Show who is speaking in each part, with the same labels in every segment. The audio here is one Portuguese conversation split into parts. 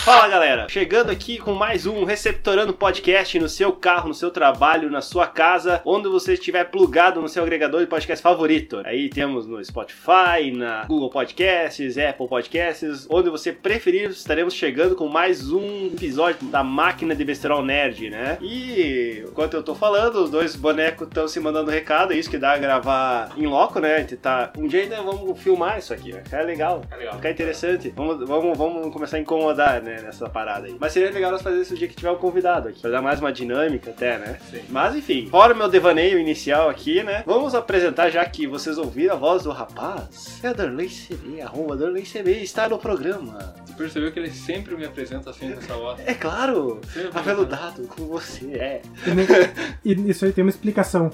Speaker 1: Fala galera, chegando aqui com mais um Receptorando Podcast no seu carro, no seu trabalho, na sua casa, onde você estiver plugado no seu agregador de podcast favorito. Aí temos no Spotify, na Google Podcasts, Apple Podcasts, onde você preferir, estaremos chegando com mais um episódio da máquina de Besterol Nerd, né? E enquanto eu tô falando, os dois bonecos estão se mandando recado, é isso que dá a gravar em loco, né? A gente tá. Um dia ainda vamos filmar isso aqui, né? É legal.
Speaker 2: É legal.
Speaker 1: Fica interessante. Vamos, vamos, vamos começar a incomodar, né, nessa parada aí. Mas seria legal nós fazer isso o dia que tiver um convidado aqui. Pra dar mais uma dinâmica até, né?
Speaker 2: Sim.
Speaker 1: Mas enfim, fora o meu devaneio inicial aqui, né? Vamos apresentar, já que vocês ouviram a voz do rapaz. É Darley CB, arroba Darley CB, está no programa.
Speaker 2: Tu percebeu que ele sempre me apresenta assim com essa voz?
Speaker 1: É claro,
Speaker 2: Sempre.
Speaker 1: aveludado, como você é.
Speaker 3: E nem- E isso aí tem uma explicação.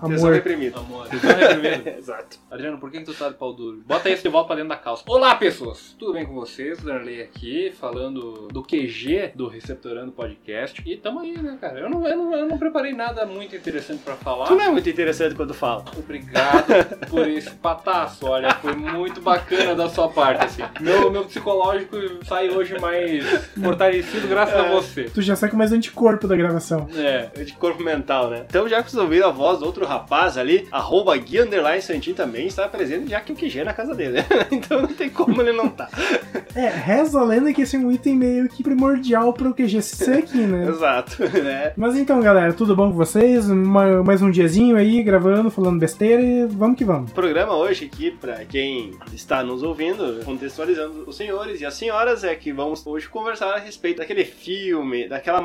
Speaker 1: Eu sou
Speaker 3: Amor.
Speaker 1: reprimido.
Speaker 2: assim, Amor, eu tô reprimido.
Speaker 1: Exato.
Speaker 2: Adriano, por que, que tu tá de pau duro? Bota isso de volta pra dentro da calça. Olá, pessoas! Tudo bem com vocês? Darley aqui, falando do QG do Receptorando Podcast. E tamo aí, né, cara? Eu não, eu não, eu não preparei nada muito interessante pra falar.
Speaker 1: Tu não é muito interessante quando fala.
Speaker 2: Obrigado por esse pataço, olha, foi muito bacana da sua parte, assim. Meu, meu psicológico sai hoje mais fortalecido graças
Speaker 1: É.
Speaker 2: a você.
Speaker 3: Tu já sai com mais anticorpo da gravação.
Speaker 2: É.
Speaker 1: de corpo mental, né? Então, já que vocês ouviram a voz do outro rapaz ali, arroba Gui Underline Santin também está presente, já que o QG é na casa dele, né? Então não tem como ele não tá.
Speaker 3: É, reza a lenda que esse é um item meio que primordial pro QG ser aqui, né?
Speaker 1: Exato, né?
Speaker 3: Mas então, galera, tudo bom com vocês? Ma- mais um diazinho aí, gravando, falando besteira e vamos que vamos.
Speaker 1: O programa hoje aqui, pra quem está nos ouvindo, contextualizando os senhores e as senhoras, é que vamos hoje conversar a respeito daquele filme, daquela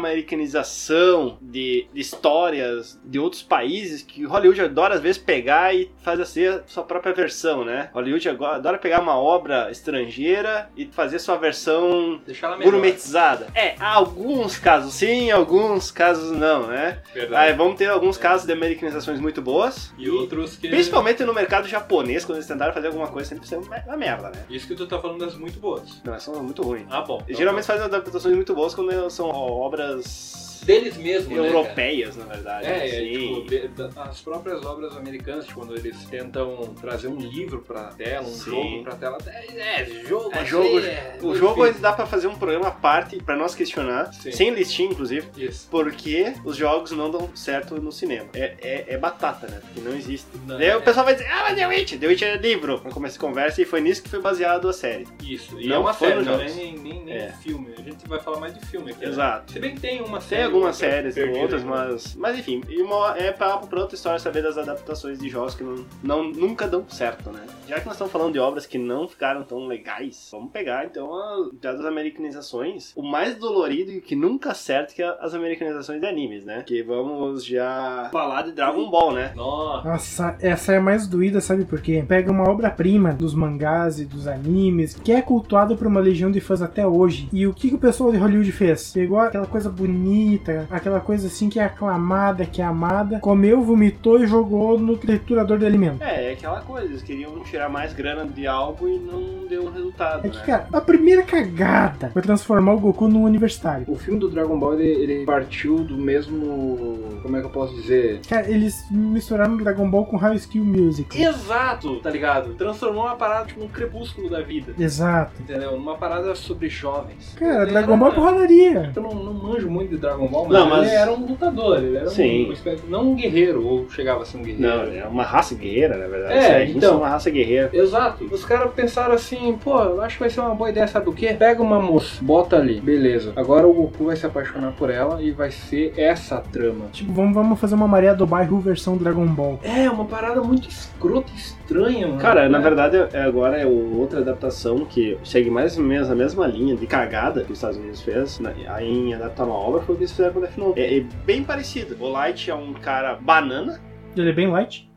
Speaker 1: americanização de, de histórias de outros países que Hollywood adora às vezes pegar e fazer assim a sua própria versão, né? Hollywood agora adora pegar uma obra estrangeira e fazer sua versão
Speaker 2: Deixar ela Tá melhor.
Speaker 1: gourmetizada. É, há alguns casos sim, alguns casos não, né?
Speaker 2: Verdade.
Speaker 1: Aí vamos ter alguns casos de americanizações muito boas.
Speaker 2: E outros que.
Speaker 1: Principalmente no mercado japonês, quando eles tentaram fazer alguma coisa, sempre saiu uma uma merda, né?
Speaker 2: Isso que tu tá falando das muito boas.
Speaker 1: Não, são muito ruins.
Speaker 2: Ah, bom.
Speaker 1: E geralmente fazem adaptações muito boas quando são obras
Speaker 2: tá. deles mesmos.
Speaker 1: europeias, na verdade.
Speaker 2: né, É, é
Speaker 1: assim.
Speaker 2: tipo, de- da- as próprias obras americanas, tipo, quando eles tentam trazer um livro pra tela, um
Speaker 1: Sim.
Speaker 2: jogo pra tela. É, é jogo,
Speaker 1: É
Speaker 2: assim,
Speaker 1: jogo,
Speaker 2: é
Speaker 1: o
Speaker 2: muito
Speaker 1: jogo
Speaker 2: difícil.
Speaker 1: dá pra fazer um programa à parte pra nós questionar,
Speaker 2: Sim.
Speaker 1: sem listinha, inclusive,
Speaker 2: Isso.
Speaker 1: porque os jogos não dão certo no cinema. É, é, é batata, né? Porque não existe.
Speaker 2: Não,
Speaker 1: Daí
Speaker 2: é.
Speaker 1: o pessoal vai dizer, ah, mas The Witch, The Witch é livro. Aí Começa a conversa e foi nisso que foi baseado a série.
Speaker 2: Isso. E
Speaker 1: Não
Speaker 2: é uma
Speaker 1: foi
Speaker 2: série,
Speaker 1: nos
Speaker 2: não é
Speaker 1: jogos.
Speaker 2: nem, nem, nem
Speaker 1: É.
Speaker 2: filme. A gente vai falar mais de filme aqui. né?
Speaker 1: Exato.
Speaker 2: Se bem que tem uma série.
Speaker 1: Tem algumas
Speaker 2: outra
Speaker 1: séries, tem
Speaker 2: perdida,
Speaker 1: outras,
Speaker 2: né?
Speaker 1: mas. Mas enfim, e uma, é papo pra outra história saber das adaptações de jogos que não, não- nunca dão certo, né? Já que nós estamos falando de obras que não ficaram tão legais, vamos pegar então a, já das americanizações. O mais dolorido e o que nunca acerta que é as americanizações de animes, né? Que vamos já falar de Dragon Ball, né?
Speaker 2: Nossa.
Speaker 3: Nossa, essa é a mais doída, sabe por quê? Pega uma obra-prima dos mangás e dos animes, que é cultuado por uma legião de fãs até hoje. E o que, que o pessoal de Hollywood fez? Pegou aquela coisa bonita, aquela coisa assim que é aclamada, que é amada, comeu, vomitou e jogou no triturador de alimento.
Speaker 1: É, é aquela coisa, eles queriam tirar mais grana de algo e não deu resultado,
Speaker 3: É que,
Speaker 1: né?
Speaker 3: cara, a primeira cagada foi transformar o Goku num universitário.
Speaker 2: O filme do Dragon Ball, ele, ele partiu do mesmo. Como é que eu posso dizer?
Speaker 3: Cara, eles misturaram Dragon Ball com High Skill Music.
Speaker 2: Exato, tá ligado? Transformou uma parada tipo um crepúsculo da vida.
Speaker 3: Exato.
Speaker 2: Entendeu? Numa parada sobre jovens.
Speaker 3: Cara,
Speaker 2: Ele
Speaker 3: Dragon
Speaker 2: era-
Speaker 3: Ball é porradaria.
Speaker 2: Eu não, não manjo muito de Dragon Ball, mas,
Speaker 1: Não, mas-
Speaker 2: ele era um lutador, ele era um-
Speaker 1: Sim.
Speaker 2: um, espécie- não um guerreiro, ou chegava a ser um guerreiro.
Speaker 1: Não, é uma raça guerreira, na verdade.
Speaker 2: É,
Speaker 1: Os Saiyajins
Speaker 2: então.
Speaker 1: são uma raça guerreira.
Speaker 2: Exato. Os caras pensaram assim, pô, eu acho que vai ser uma boa ideia, sabe o quê? Pega uma moça, bota ali, beleza. Agora o Goku vai se apaixonar por ela e vai ser essa a trama.
Speaker 3: Tipo, vamos, vamos fazer uma Maria do Bairro versão Dragon Ball.
Speaker 2: É, uma parada muito escrota e estranha, mano.
Speaker 1: Cara, na verdade, é- agora é o- outra adaptação que segue mais ou menos a mesma linha de cagada que os Estados Unidos fez na- aí em adaptar uma obra, foi o que eles fizeram com o Death Note. É, é bem parecido. O Light é um cara banana,
Speaker 3: Ele é bem light.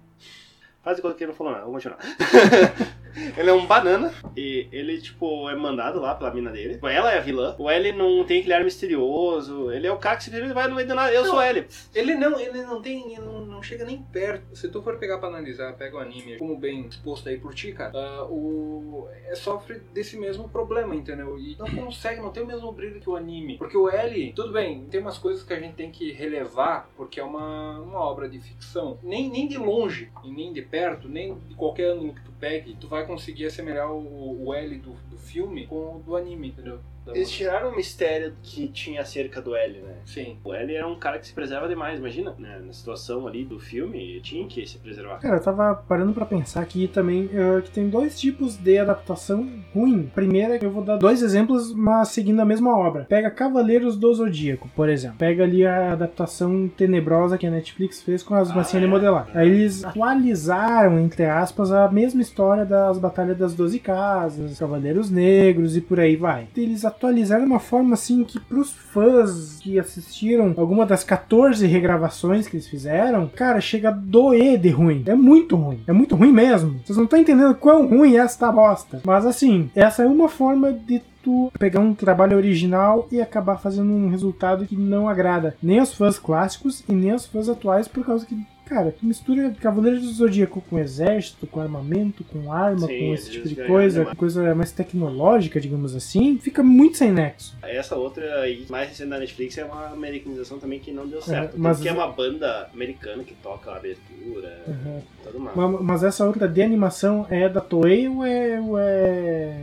Speaker 1: faz igual que ele não falou nada, vou continuar. ele é um banana e ele, tipo, é mandado lá pela mina dele. Ela é a vilã. O L não tem aquele ar misterioso. Ele é o cara que simplesmente vai no meio do nada. Eu
Speaker 2: Não.
Speaker 1: sou L.
Speaker 2: Ele não, ele não tem, ele não, não chega nem perto. Se tu for pegar pra analisar, pega o anime como bem exposto aí por ti, cara, ah, o, é, sofre desse mesmo problema, entendeu? E não consegue, não tem o mesmo brilho que o anime. Porque o L, tudo bem, tem umas coisas que a gente tem que relevar, porque é uma, uma obra de ficção. Nem, nem de longe, e nem de perto, nem de qualquer ângulo que tu pegue, tu vai conseguir assemelhar o, o L do, do filme com o do anime, entendeu? da
Speaker 1: Eles tiraram o mistério que tinha acerca do L, né?
Speaker 2: Sim.
Speaker 1: O L era um cara que se preserva demais, imagina. né? Na situação ali do filme, tinha que se preservar.
Speaker 3: Cara, eu tava parando pra pensar aqui também eh, que tem dois tipos de adaptação ruim. Primeira, é eu vou dar dois exemplos, mas seguindo a mesma obra. Pega Cavaleiros do Zodíaco, por exemplo. Pega ali a adaptação tenebrosa que a Netflix fez com as
Speaker 1: Ah,
Speaker 3: massinhas
Speaker 1: é.
Speaker 3: de modelar. Aí eles atualizaram, entre aspas, a mesma história das Batalhas das Doze Casas, Cavaleiros Negros e por aí vai. Eles atualizaram de uma forma assim que pros fãs que assistiram alguma das 14 regravações que eles fizeram, cara, chega a doer de ruim. É muito ruim. É muito ruim mesmo. Vocês não estão entendendo quão ruim é esta bosta. Mas assim, essa é uma forma de tu pegar um trabalho original e acabar fazendo um resultado que não agrada nem aos fãs clássicos e nem aos fãs atuais por causa que Cara, tu mistura Cavaleiros do Zodíaco com exército, com armamento, com arma,
Speaker 1: Sim,
Speaker 3: com esse
Speaker 1: eles
Speaker 3: tipo de
Speaker 1: ganham né,
Speaker 3: coisa,
Speaker 1: demais.
Speaker 3: coisa mais tecnológica, digamos assim, fica muito sem nexo.
Speaker 1: Essa outra aí, mais recente da Netflix, é uma americanização também que não deu certo. Tanto
Speaker 3: mas-
Speaker 1: que é uma banda americana que toca a abertura,
Speaker 3: Uhum.
Speaker 1: tudo mais.
Speaker 3: Ma- Mas essa outra de animação é da Toei ou é, ou é,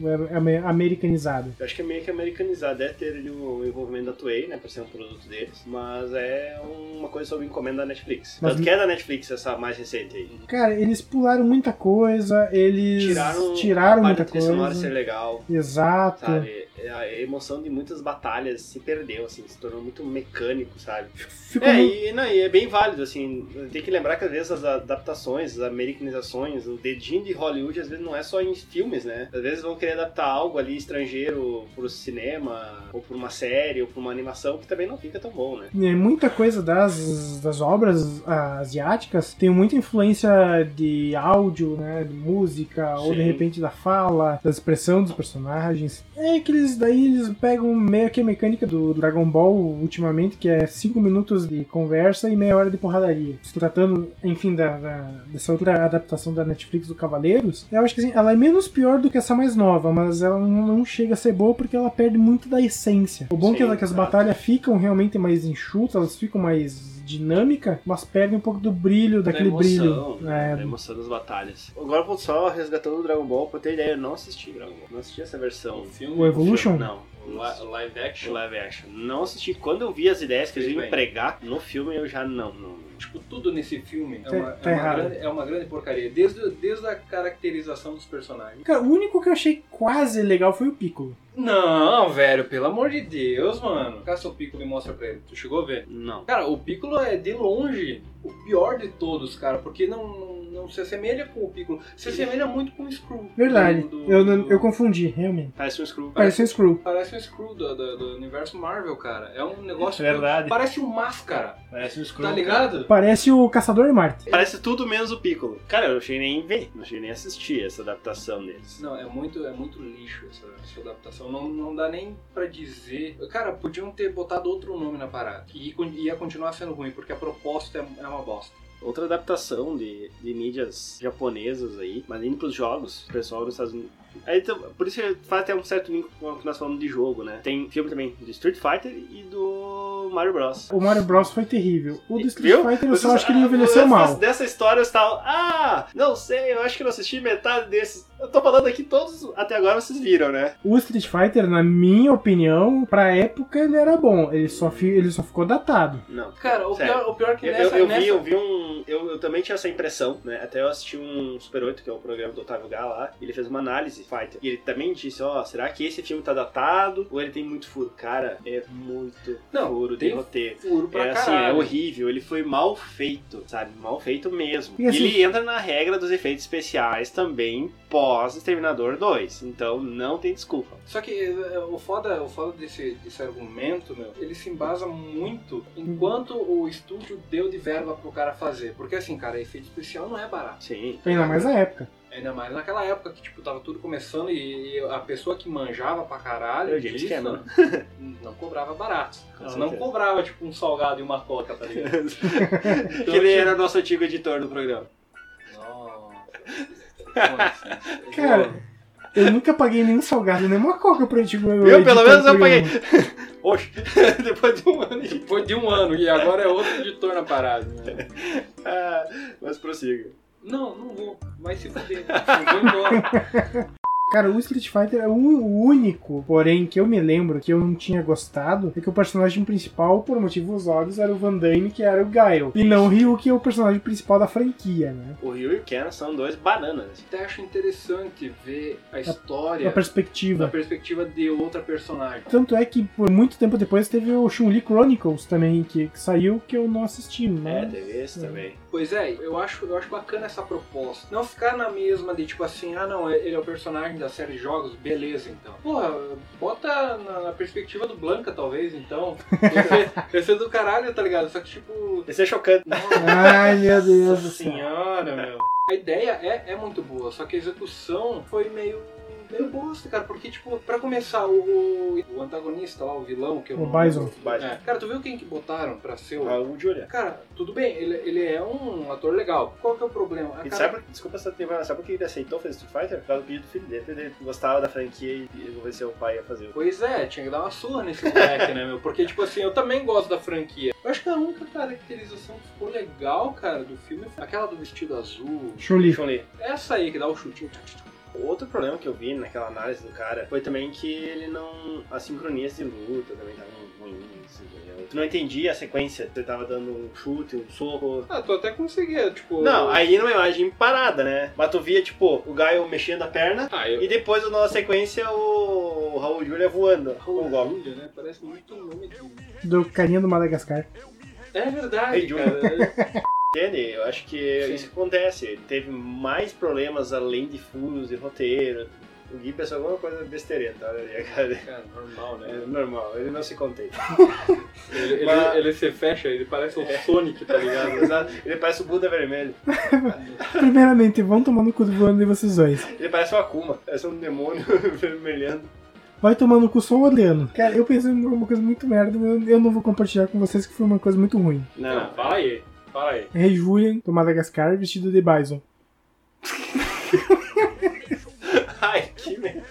Speaker 3: ou é ame- americanizada?
Speaker 1: Eu acho que é meio que americanizado, deve ter ali o envolvimento da Toei, né, por ser um produto deles, mas é uma coisa sob encomenda da Netflix.
Speaker 3: Mas-
Speaker 1: Tanto que é da Netflix essa mais recente aí.
Speaker 3: Cara, eles pularam muita coisa, eles
Speaker 1: Tiraram,
Speaker 3: tiraram,
Speaker 1: a parte
Speaker 3: muita
Speaker 1: da trilha sonora
Speaker 3: coisa.
Speaker 1: ser legal,
Speaker 3: Exato.
Speaker 1: sabe? É, A emoção de muitas batalhas se perdeu, assim, se tornou muito mecânico, sabe?
Speaker 3: Ficou
Speaker 1: É,
Speaker 3: muito-
Speaker 1: e, não, e é bem válido, assim, tem que lembrar que às vezes as adaptações, as americanizações, o dedinho de Hollywood às vezes não é só em filmes, né? Às vezes vão querer adaptar algo ali estrangeiro pro cinema, ou pra uma série, ou pra uma animação, que também não fica tão bom, né?
Speaker 3: É, Muita coisa das, das obras ah, asiáticas tem muita influência de áudio, né, de música, ou de
Speaker 1: Sim.
Speaker 3: repente da fala, da expressão dos personagens. É que eles daí eles pegam meio que a mecânica do Dragon Ball ultimamente, que é 5 minutos de conversa e meia hora de porradaria. Se tratando, enfim, da, da- dessa outra adaptação da Netflix do Cavaleiros, eu acho que assim, ela é menos pior do que essa mais nova, mas ela não não chega a ser boa porque ela perde muito da essência. O bom é
Speaker 1: Sim, é.
Speaker 3: que, ela, que as
Speaker 1: exato.
Speaker 3: batalhas batalhas ficam realmente mais enxutas, elas ficam mais dinâmica, mas perdem um pouco do brilho, daquele
Speaker 1: da emoção,
Speaker 3: brilho.
Speaker 1: né?
Speaker 3: É,
Speaker 1: Da emoção das batalhas. Agora eu vou só resgatando o Dragon Ball pra ter ideia, eu não assisti Dragon Ball, não assisti essa versão.
Speaker 2: Então, O filme.
Speaker 3: o Evolution?
Speaker 1: Não. é,
Speaker 2: o li- o live action.
Speaker 1: Live action. Não assisti. Quando eu vi as ideias que eles iam
Speaker 2: Bem.
Speaker 1: empregar no filme, eu já não. não.
Speaker 2: Tipo, tudo nesse filme é
Speaker 3: Tá-
Speaker 2: uma,
Speaker 3: tá
Speaker 2: é uma,
Speaker 3: errado.
Speaker 2: grande, é uma grande porcaria. Desde, desde a caracterização dos personagens.
Speaker 3: Cara, o único que eu achei quase legal foi o Piccolo.
Speaker 2: Não, velho, pelo amor de Deus, mano. Caça o Piccolo e mostra pra ele. Tu chegou a ver?
Speaker 1: Não.
Speaker 2: Cara, o Piccolo é de longe o pior de todos, cara, porque não, não, não se assemelha com o Piccolo. Se assemelha muito com o Screw.
Speaker 3: Verdade.
Speaker 2: Do- do-
Speaker 3: eu, não-
Speaker 2: do-
Speaker 3: eu confundi, realmente.
Speaker 1: Parece um Screw.
Speaker 3: Pareceu o Screw.
Speaker 2: Parece um Screw do, do, do universo Marvel, cara. É um negócio.
Speaker 1: Verdade.
Speaker 2: Parece um máscara,
Speaker 1: Parece um Screw.
Speaker 2: tá ligado?
Speaker 3: Parece o Caçador Marte.
Speaker 1: Parece tudo menos o Piccolo. Cara, eu não cheguei nem ver, não cheguei nem assistir essa adaptação deles.
Speaker 2: Não, é muito, é muito lixo essa, essa adaptação. Não, não dá nem pra dizer. Cara, podiam ter botado outro nome na parada. E con- ia continuar sendo ruim, porque a proposta é, é uma bosta.
Speaker 1: Outra adaptação de, de mídias japonesas aí, mas indo pros jogos, o pessoal nos Estados Unidos. Aí, então, por isso que faz até um certo link com o que nós falamos de jogo, né? Tem filme também do Street Fighter e do Mario Bros.
Speaker 3: O Mario Bros foi terrível. O do Street
Speaker 1: Viu?
Speaker 3: Fighter eu
Speaker 1: Vocês-
Speaker 3: só acho que ele
Speaker 1: ah,
Speaker 3: envelheceu
Speaker 1: vocês-
Speaker 3: mal.
Speaker 1: Dessa história eu estava. Ah, não sei, eu acho que eu não assisti metade desses. Eu tô falando aqui todos, até agora vocês viram, né?
Speaker 3: O Street Fighter, na minha opinião, pra época ele era bom. Ele só, fi- ele só ficou datado.
Speaker 1: Não.
Speaker 2: Cara, o,
Speaker 1: Sério.
Speaker 2: pior, o pior é que
Speaker 1: Eu, eu-
Speaker 2: nessa,
Speaker 1: eu
Speaker 2: nessa-
Speaker 1: vi, eu vi um. Eu, eu também tinha essa impressão, né? Até eu assisti um Super 8, que é o programa do Otávio Gá lá, e ele fez uma análise Fighter. E ele também disse, ó, será que esse filme tá datado? Ou ele tem muito furo? Cara, é muito
Speaker 2: Não,
Speaker 1: furo de
Speaker 2: tem
Speaker 1: roteiro.
Speaker 2: furo pra
Speaker 1: É assim, é
Speaker 2: caralho.
Speaker 1: horrível, ele foi mal feito, sabe? Mal feito mesmo.
Speaker 3: E assim-
Speaker 1: ele entra na regra dos efeitos especiais também pós Exterminador 2. Então não tem desculpa.
Speaker 2: Só que eh, o foda, o foda desse, desse argumento, meu, ele se embasa muito em quanto o estúdio deu de verba pro cara fazer. Porque assim, cara, efeito especial não é barato.
Speaker 1: Sim.
Speaker 3: Ainda mais na época.
Speaker 2: Ainda mais naquela época que, tipo, tava tudo começando e, e a pessoa que manjava pra caralho
Speaker 1: É o James
Speaker 2: disso,
Speaker 1: Cameron.
Speaker 2: não cobrava barato.
Speaker 1: Com
Speaker 2: Ela não
Speaker 1: certeza.
Speaker 2: cobrava, tipo, um salgado e uma coca, tá ligado?
Speaker 1: que ele era nosso antigo editor do programa.
Speaker 2: Nossa.
Speaker 3: Cara, eu nunca paguei nenhum salgado, nem uma coca pra tipo, gente
Speaker 1: Eu, pelo menos, eu paguei. Oxe, depois de um ano de
Speaker 2: Foi de um ano e agora é outro editor na parada. né?
Speaker 1: Ah, mas prossiga.
Speaker 2: Não, não vou. Vai se fuder. Eu vou embora.
Speaker 3: Cara, o Street Fighter é o único, porém, que eu me lembro que eu não tinha gostado, é que o personagem principal, por motivos óbvios, era o Van Damme, que era o Guile. E não o Ryu, que é o personagem principal da franquia, né?
Speaker 1: O Ryu e o Ken são dois bananas.
Speaker 2: Até acho interessante ver a
Speaker 3: A
Speaker 1: É.
Speaker 2: história da
Speaker 3: perspectiva.
Speaker 2: perspectiva de outra personagem.
Speaker 3: Tanto é que por muito tempo depois teve o Chun-Li Chronicles também, que, que saiu que eu não assisti,
Speaker 1: É,
Speaker 3: né?
Speaker 1: teve esse também.
Speaker 2: Pois é, eu acho, eu acho bacana essa proposta. Não ficar na mesma de tipo assim, ah não, ele é o personagem da série de jogos, beleza então. Porra, bota na, na perspectiva do Blanca talvez então. Esse, esse é do caralho, tá ligado? Só que tipo.
Speaker 1: Esse é chocante.
Speaker 2: Nossa
Speaker 3: Ai, meu Deus do céu.
Speaker 2: senhora, meu. A ideia é, é muito boa, só que a execução foi meio. meio bosta, cara. Porque, tipo, pra começar, o, o antagonista lá, o vilão, que eu
Speaker 3: O
Speaker 2: não lembro.
Speaker 3: Bison.
Speaker 2: É. Cara, tu viu quem que botaram pra ser o.
Speaker 1: Ah, O Julia.
Speaker 2: Cara, tudo bem, ele, ele é um ator legal. Qual que é o problema? A
Speaker 1: E
Speaker 2: cara-
Speaker 1: sabe, por- desculpa essa tema, sabe por que ele aceitou fazer Street Fighter? Por causa do pedido do filho dele. Ele gostava da franquia e ele convenceu o pai a fazer.
Speaker 2: Pois é, tinha que dar uma surra nesse moleque, né, meu? Porque, tipo assim, eu também gosto da franquia. Eu acho que a única caracterização que ficou legal, cara, do filme foi aquela do vestido azul.
Speaker 3: Chun-Li.
Speaker 1: Chun-Li.
Speaker 2: Essa aí que dá o chute.
Speaker 1: Outro problema que eu vi naquela análise do cara foi também que ele não. As sincronias de luta também estavam ruins. entendeu? Tu não entendia a sequência. Tu tava dando um chute, um soco.
Speaker 2: Ah, tu até conseguia, tipo.
Speaker 1: Não, aí numa imagem parada, né? Mas tu via, tipo, o Gaio mexendo a perna
Speaker 2: Ah, eu.
Speaker 1: e depois na sequência o Raul Julia voando com o golpe.
Speaker 2: Júlia, né? Parece muito o nome dele.
Speaker 3: Do carinha do Madagascar.
Speaker 2: É
Speaker 1: Ei,
Speaker 2: verdade,
Speaker 1: Júlia.
Speaker 2: cara.
Speaker 1: Entende? Eu acho que
Speaker 2: Sim.
Speaker 1: isso acontece. Ele teve mais problemas além de furos e roteiro. O Gui pensou alguma coisa besteirenta, olha ali, cara.
Speaker 2: cara, normal,
Speaker 1: É
Speaker 2: né?
Speaker 1: normal, ele não se contenta.
Speaker 2: Ele, ele,
Speaker 1: Mas- É.
Speaker 2: ele se fecha, ele parece o Sonic, tá ligado?
Speaker 1: ele parece o Buda Vermelho.
Speaker 3: Primeiramente, vão tomar no cu do voando de vocês dois.
Speaker 1: Ele parece o Akuma. Parece um demônio vermelhando.
Speaker 3: Vai tomar no cu só o Adriano. Cara, eu pensei em uma coisa muito merda, mas eu- eu não vou compartilhar com vocês que foi uma coisa muito ruim.
Speaker 2: Não, fala aí. Fala aí.
Speaker 3: É Julian, do Madagascar, vestido de Bison.
Speaker 1: Ai, que merda.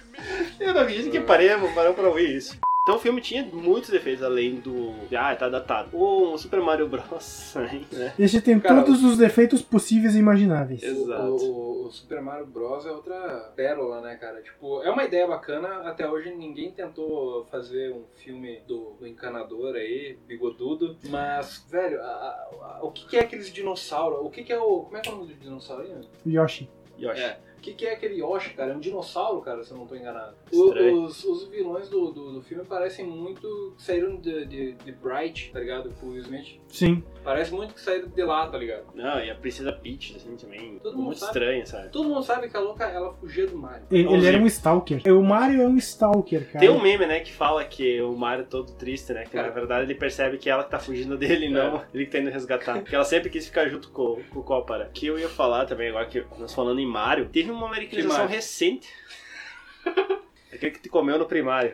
Speaker 1: Eu não acredito que paremos, paramos pra ouvir isso. Então o filme tinha muitos defeitos além do. Ah, tá datado. O Super Mario Bros. né?
Speaker 3: Este tem
Speaker 2: Cara,
Speaker 3: todos os defeitos possíveis e imagináveis.
Speaker 1: Eu-
Speaker 2: O-
Speaker 1: Exato.
Speaker 2: O, o Super Mario Bros. é outra pérola, né, cara? Tipo, é uma ideia bacana. Até hoje ninguém tentou fazer um filme do, do encanador aí, bigodudo. Mas, velho, a- a- a- o que, que é aqueles dinossauros? O que, que é o. Como é que é o nome do dinossauro aí? né?
Speaker 3: Yoshi.
Speaker 1: Yoshi.
Speaker 2: É. O que, que é aquele Yoshi, cara? É um dinossauro, cara, se eu não tô enganado. O-
Speaker 1: Estranho.
Speaker 2: os, os vilões do, do, do filme parecem muito. que saíram de, de, de Bright, tá ligado? Com o Will Smith.
Speaker 3: Sim.
Speaker 2: Parece muito que saíram de lá, tá ligado?
Speaker 1: Não, e a Princesa Peach, assim, também.
Speaker 2: Todo mundo
Speaker 1: muito
Speaker 2: sabe.
Speaker 1: estranha, sabe?
Speaker 2: Todo mundo sabe que a louca ela fugia do Mario.
Speaker 3: Ele, ele era
Speaker 1: Sim.
Speaker 3: um Stalker. O Mario é um Stalker, cara.
Speaker 1: Tem um meme, né, que fala que o Mario é todo triste, né? Que na
Speaker 2: Cara.
Speaker 1: verdade ele percebe que ela que tá fugindo
Speaker 3: É.
Speaker 1: dele e não ele que tá indo resgatar. Porque ela sempre quis ficar junto com, com o Copara. Que eu ia falar também, agora que nós falando em Mario, teve uma americanização
Speaker 2: Mario?
Speaker 1: recente. Aquele que te comeu no primário.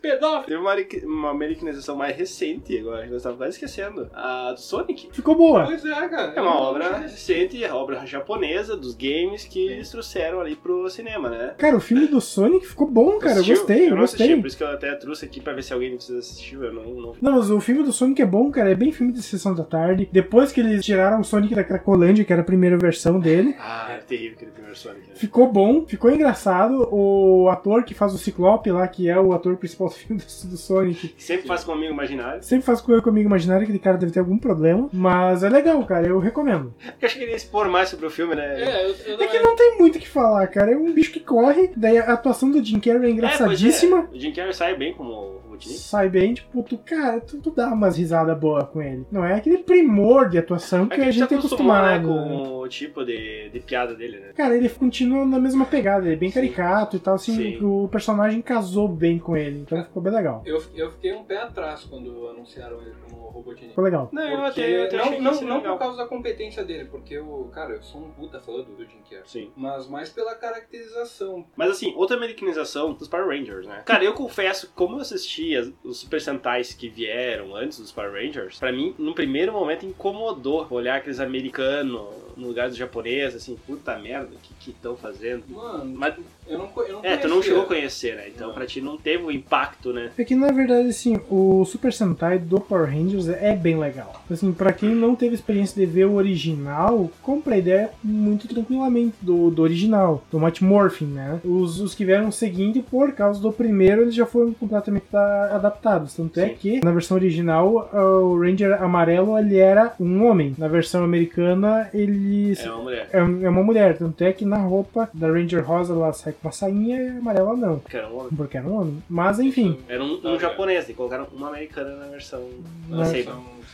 Speaker 2: Pedófilo!
Speaker 1: Teve uma, americ- uma americanização mais recente agora, que nós tava quase esquecendo. A do Sonic.
Speaker 3: Ficou boa.
Speaker 2: Pois é, cara.
Speaker 1: É uma obra recente, é obra japonesa dos games que eles trouxeram ali pro cinema, né?
Speaker 3: Cara, o filme do Sonic ficou bom, cara. Eu
Speaker 1: Assistiu?
Speaker 3: gostei, eu
Speaker 1: não assisti,
Speaker 3: gostei.
Speaker 1: por isso que eu até trouxe aqui pra ver se alguém de vocês assistiu. Eu não, não
Speaker 3: Não, mas o filme do Sonic é bom, cara. É bem filme de sessão da tarde. Depois que eles tiraram o Sonic da Cracolândia, que era a primeira versão dele,
Speaker 1: Ah, era terrível aquele primeiro Sonic. né?
Speaker 3: ficou bom, ficou engraçado. O ator que faz o Ciclope lá, que é o ator principal do filme do, do Sonic,
Speaker 1: Sempre faz com amigo imaginário.
Speaker 3: sempre faz com eu comigo imaginário que aquele cara deve ter algum problema. Mas é legal, cara. Eu recomendo.
Speaker 1: É Eu acho que ele ia expor mais sobre o filme, né?
Speaker 2: É, eu, eu
Speaker 3: É que não tem muito o que falar, cara. É um bicho que corre. Daí a atuação do Jim Carrey é engraçadíssima.
Speaker 1: O Jim Carrey sai bem como É o Jimmy.
Speaker 3: Sai bem, tipo, tu, cara, tu, tu dá umas risadas boas com ele. Não é aquele primor de atuação que, a gente é acostumado. né?
Speaker 1: tá com o tipo de, de piada dele, né?
Speaker 3: Cara, ele continua na mesma pegada, ele é bem
Speaker 1: Sim.
Speaker 3: caricato e tal, assim,
Speaker 1: Sim.
Speaker 3: o personagem casou bem com ele, então ficou bem legal.
Speaker 2: Eu, eu fiquei um pé atrás quando anunciaram ele como Robotnik.
Speaker 3: Ficou legal.
Speaker 1: Não, eu
Speaker 2: Porque-
Speaker 1: até, eu até
Speaker 2: não,
Speaker 1: achei que
Speaker 2: não,
Speaker 1: ia ser
Speaker 2: não
Speaker 1: legal.
Speaker 2: por causa da competência dele, porque eu, cara, eu sou um puta fã do, do Jim Carrey.
Speaker 1: Sim.
Speaker 2: Mas mais pela caracterização.
Speaker 1: Mas assim, outra americanização dos Power Rangers, né? Cara, eu confesso, como eu assisti as- os Super Sentais que vieram antes dos Power Rangers, pra mim, no primeiro momento, incomodou olhar aqueles americanos no lugar dos japoneses, assim, puta merda, o que estão fazendo?
Speaker 2: Mano,
Speaker 1: Mas-
Speaker 2: eu não, co- eu não
Speaker 1: É, tu não
Speaker 2: conhecia.
Speaker 1: chegou a conhecer, né? Então
Speaker 2: Não.
Speaker 1: pra ti não teve o impacto, né?
Speaker 3: É que na verdade, assim, o Super Sentai do Power Rangers é bem legal. Assim, pra quem não teve experiência de ver o original, compra a ideia muito tranquilamente do, do do original, Tomate Morphin, né? Os, os que vieram seguindo, por causa do primeiro, eles já foram completamente a- adaptados. Tanto é
Speaker 1: Sim.
Speaker 3: que, na versão original, o Ranger amarelo, ele era um homem. Na versão americana, ele... se-
Speaker 1: É uma mulher.
Speaker 3: É é uma mulher, tanto é que na roupa da Ranger Rosa ela sai com uma sainha e a amarela não,
Speaker 1: Cara, um homem.
Speaker 3: porque era um homem. Mas enfim,
Speaker 1: Era um, um japonês, e colocaram uma americana na versão. Não
Speaker 3: Não.
Speaker 1: sei. Ah,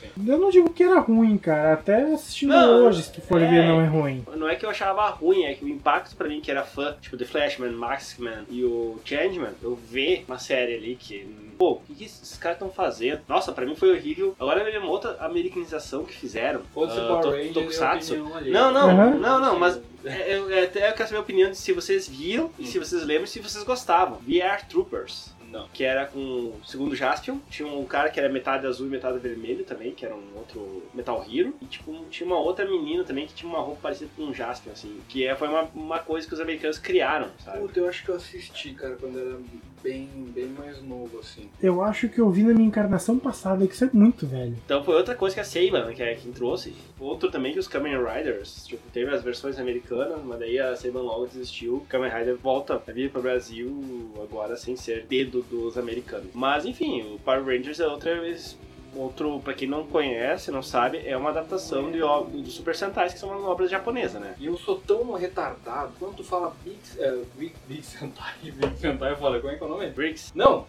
Speaker 2: Então, sim.
Speaker 3: eu não digo que era ruim, cara. Até assistindo
Speaker 1: Não,
Speaker 3: hoje, se tu for
Speaker 1: é.
Speaker 3: ver, não é ruim.
Speaker 1: Não é que eu achava ruim, é que o impacto pra mim, que era fã, tipo The Flashman, Maskman e o Changeman, eu ver uma série ali que. Pô, o que, que esses caras estão fazendo? Nossa, pra mim foi horrível. Agora veio uma outra americanização que fizeram.
Speaker 2: Foda-se
Speaker 1: Ah,
Speaker 2: Power
Speaker 1: to-
Speaker 2: Ranger,
Speaker 1: Tokusatsu.
Speaker 2: é opinião alheia.
Speaker 1: Não, não,
Speaker 3: Aham.
Speaker 1: não, não, mas é, eu, é, até eu quero saber a opinião de se vocês viam e se vocês lembram e se vocês gostavam. VR Troopers.
Speaker 2: Não.
Speaker 1: Que era com, segundo Jaspion, tinha um cara que era metade azul e metade vermelho também, que era um outro Metal Hero. E tipo, tinha uma outra menina também que tinha uma roupa parecida com um Jaspion, assim. Que é, foi uma, uma coisa que os americanos criaram, sabe?
Speaker 2: Puta, eu acho que eu assisti, cara, quando era bem, bem mais novo, assim.
Speaker 3: Eu acho que eu vi na minha encarnação passada, que isso é muito velho.
Speaker 1: Então foi outra coisa que a Seiba, né, que é quem trouxe. Outro também que os Kamen Riders, tipo, teve as versões americanas, mas daí a Seiba logo desistiu. Kamen Rider volta a vir pro Brasil agora sem ser dedo dos americanos. Mas enfim, o Power Rangers é outra vez. Outro, pra quem não conhece, não sabe, é uma adaptação de ob- do Super Sentais, que são uma obra japonesa, né?
Speaker 2: E eu sou tão retardado, quando tu fala Big, é, Big, Big Sentai, Big Sentai, eu falo, como é que é o nome?
Speaker 1: Bricks,
Speaker 2: Não!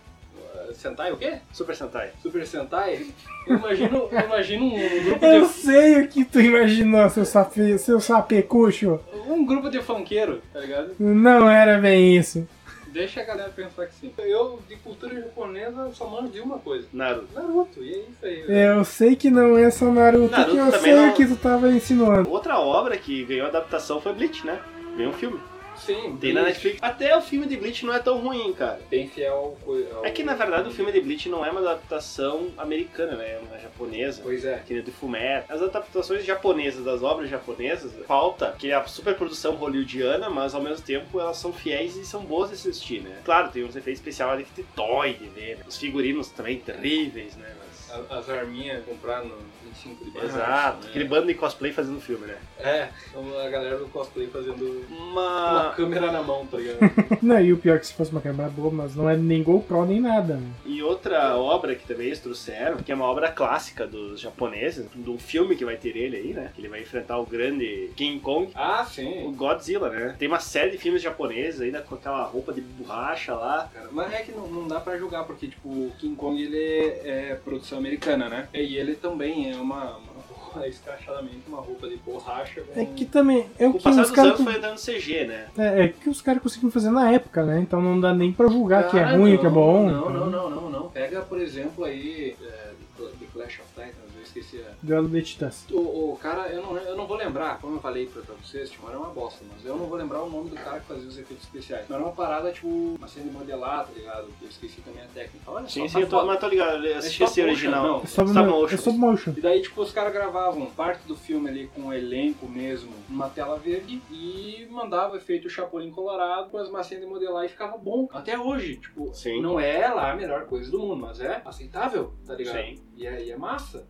Speaker 2: eh, Sentai o quê?
Speaker 1: Super Sentai.
Speaker 2: Super Sentai? Eu imagino, eu imagino um grupo
Speaker 3: Eu
Speaker 2: de...
Speaker 3: sei o que tu imaginou, seu, sape, seu sapecucho.
Speaker 2: Um grupo de funkeiro, tá ligado?
Speaker 3: Não era bem isso.
Speaker 2: Deixa a galera pensar que sim. Eu, de cultura japonesa, só manjo de uma coisa.
Speaker 1: Naruto.
Speaker 2: Naruto, e é isso aí.
Speaker 3: Eu sei que não é só Naruto,
Speaker 1: Naruto
Speaker 3: que eu
Speaker 1: também
Speaker 3: sei
Speaker 1: não-
Speaker 3: o que tu tava insinuando.
Speaker 1: Outra obra que ganhou adaptação foi Bleach, né? Ganhou um filme.
Speaker 2: Sim,
Speaker 1: Tem na Netflix. Até o filme de Bleach não é tão ruim, cara.
Speaker 2: Bem fiel ao- ao-
Speaker 1: É que na verdade o filme de Bleach não é uma adaptação americana, né? É uma japonesa.
Speaker 2: Pois é.
Speaker 1: Que nem do Fullmetal. As adaptações japonesas das obras japonesas falta que é a superprodução hollywoodiana, mas ao mesmo tempo elas são fiéis e são boas de assistir, né? Claro, tem uns efeitos especiais ali que te dói de ver, né? Os figurinos também terríveis, né? Mas-
Speaker 2: A- As arminhas comprar no 25 de março.
Speaker 1: Exato,
Speaker 2: né?
Speaker 1: aquele bando de cosplay fazendo filme, né?
Speaker 2: É, então a galera do cosplay fazendo uma
Speaker 1: Mas
Speaker 2: câmera na mão, tá ligado?
Speaker 3: Não, e o pior é que se fosse uma câmera boa, mas não é nem GoPro nem nada. né?
Speaker 1: E outra obra que também eles trouxeram, que é uma obra clássica dos japoneses, do filme que vai ter ele aí, né? Que ele vai enfrentar o grande King Kong,
Speaker 2: ah,
Speaker 1: o
Speaker 2: sim.
Speaker 1: Godzilla, né? Tem uma série de filmes japoneses ainda com aquela roupa de borracha lá.
Speaker 2: Cara, mas é que não, não dá pra julgar, porque, tipo, o King Kong, ele é, é produção americana, né? E ele também é uma, uma roupa- é escrachadamente, uma roupa de borracha. com-
Speaker 3: É que também. É o
Speaker 1: Com o
Speaker 3: que
Speaker 1: passar
Speaker 3: os
Speaker 1: dos
Speaker 3: caras.
Speaker 1: anos foi dando CG, né?
Speaker 3: É, é que os caras conseguiram fazer na época, né? Então não dá nem pra julgar que é
Speaker 2: Cara,
Speaker 3: ruim,
Speaker 2: não,
Speaker 3: que é bom.
Speaker 2: Não,
Speaker 3: então.
Speaker 2: não, não, não, não. Pega, por exemplo, aí é, The Clash of Titans, eu esqueci a,
Speaker 3: Duelo de Titãs.
Speaker 2: O, o cara, eu não, eu não vou lembrar, como eu falei pra, pra vocês, tipo, era uma bosta, mas eu não vou lembrar o nome do cara que fazia os efeitos especiais. Mas era uma parada, tipo, uma cena de modelar, tá ligado? Eu esqueci também a técnica. Olha
Speaker 1: Sim,
Speaker 2: só,
Speaker 1: sim,
Speaker 2: tá
Speaker 1: eu tô,
Speaker 2: foda.
Speaker 1: mas tô ligado, eu assisti
Speaker 2: É
Speaker 1: esse
Speaker 2: stop motion,
Speaker 1: original.
Speaker 2: não.
Speaker 3: É stop,
Speaker 1: Stop
Speaker 3: mo-
Speaker 1: motion.
Speaker 3: É stop motion.
Speaker 2: E daí, tipo, os caras gravavam parte do filme ali com o elenco mesmo, numa tela verde, e mandava o efeito Chapolin Colorado com as massinhas de modelar e ficava bom. Até hoje, tipo,
Speaker 1: Sim.
Speaker 2: não é lá a melhor coisa do mundo, mas é aceitável, tá ligado?
Speaker 1: Sim.
Speaker 2: E é, e é massa.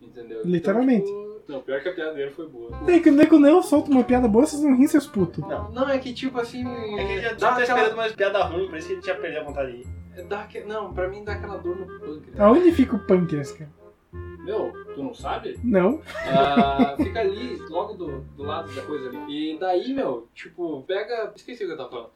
Speaker 2: Entendeu?
Speaker 3: Literalmente.
Speaker 2: Então, tipo, não, pior que a piada dele foi boa.
Speaker 3: Tem É que o Nego Neo solta uma piada boa, vocês não riem, seus putos.
Speaker 2: Não, não, é que tipo assim.
Speaker 1: É que já
Speaker 2: dá
Speaker 1: tá
Speaker 2: aquela-
Speaker 1: esperando mais piada ruim, por isso que ele já perdeu a vontade de ir.
Speaker 2: dá aque- Não, pra mim dá aquela dor no pâncreas.
Speaker 3: Aonde fica o pâncreas, cara?
Speaker 2: Meu, tu não sabe?
Speaker 3: Não.
Speaker 2: Ah, fica ali, logo do, do lado da coisa ali. E daí, meu, tipo, pega. Esqueci o que eu tava falando.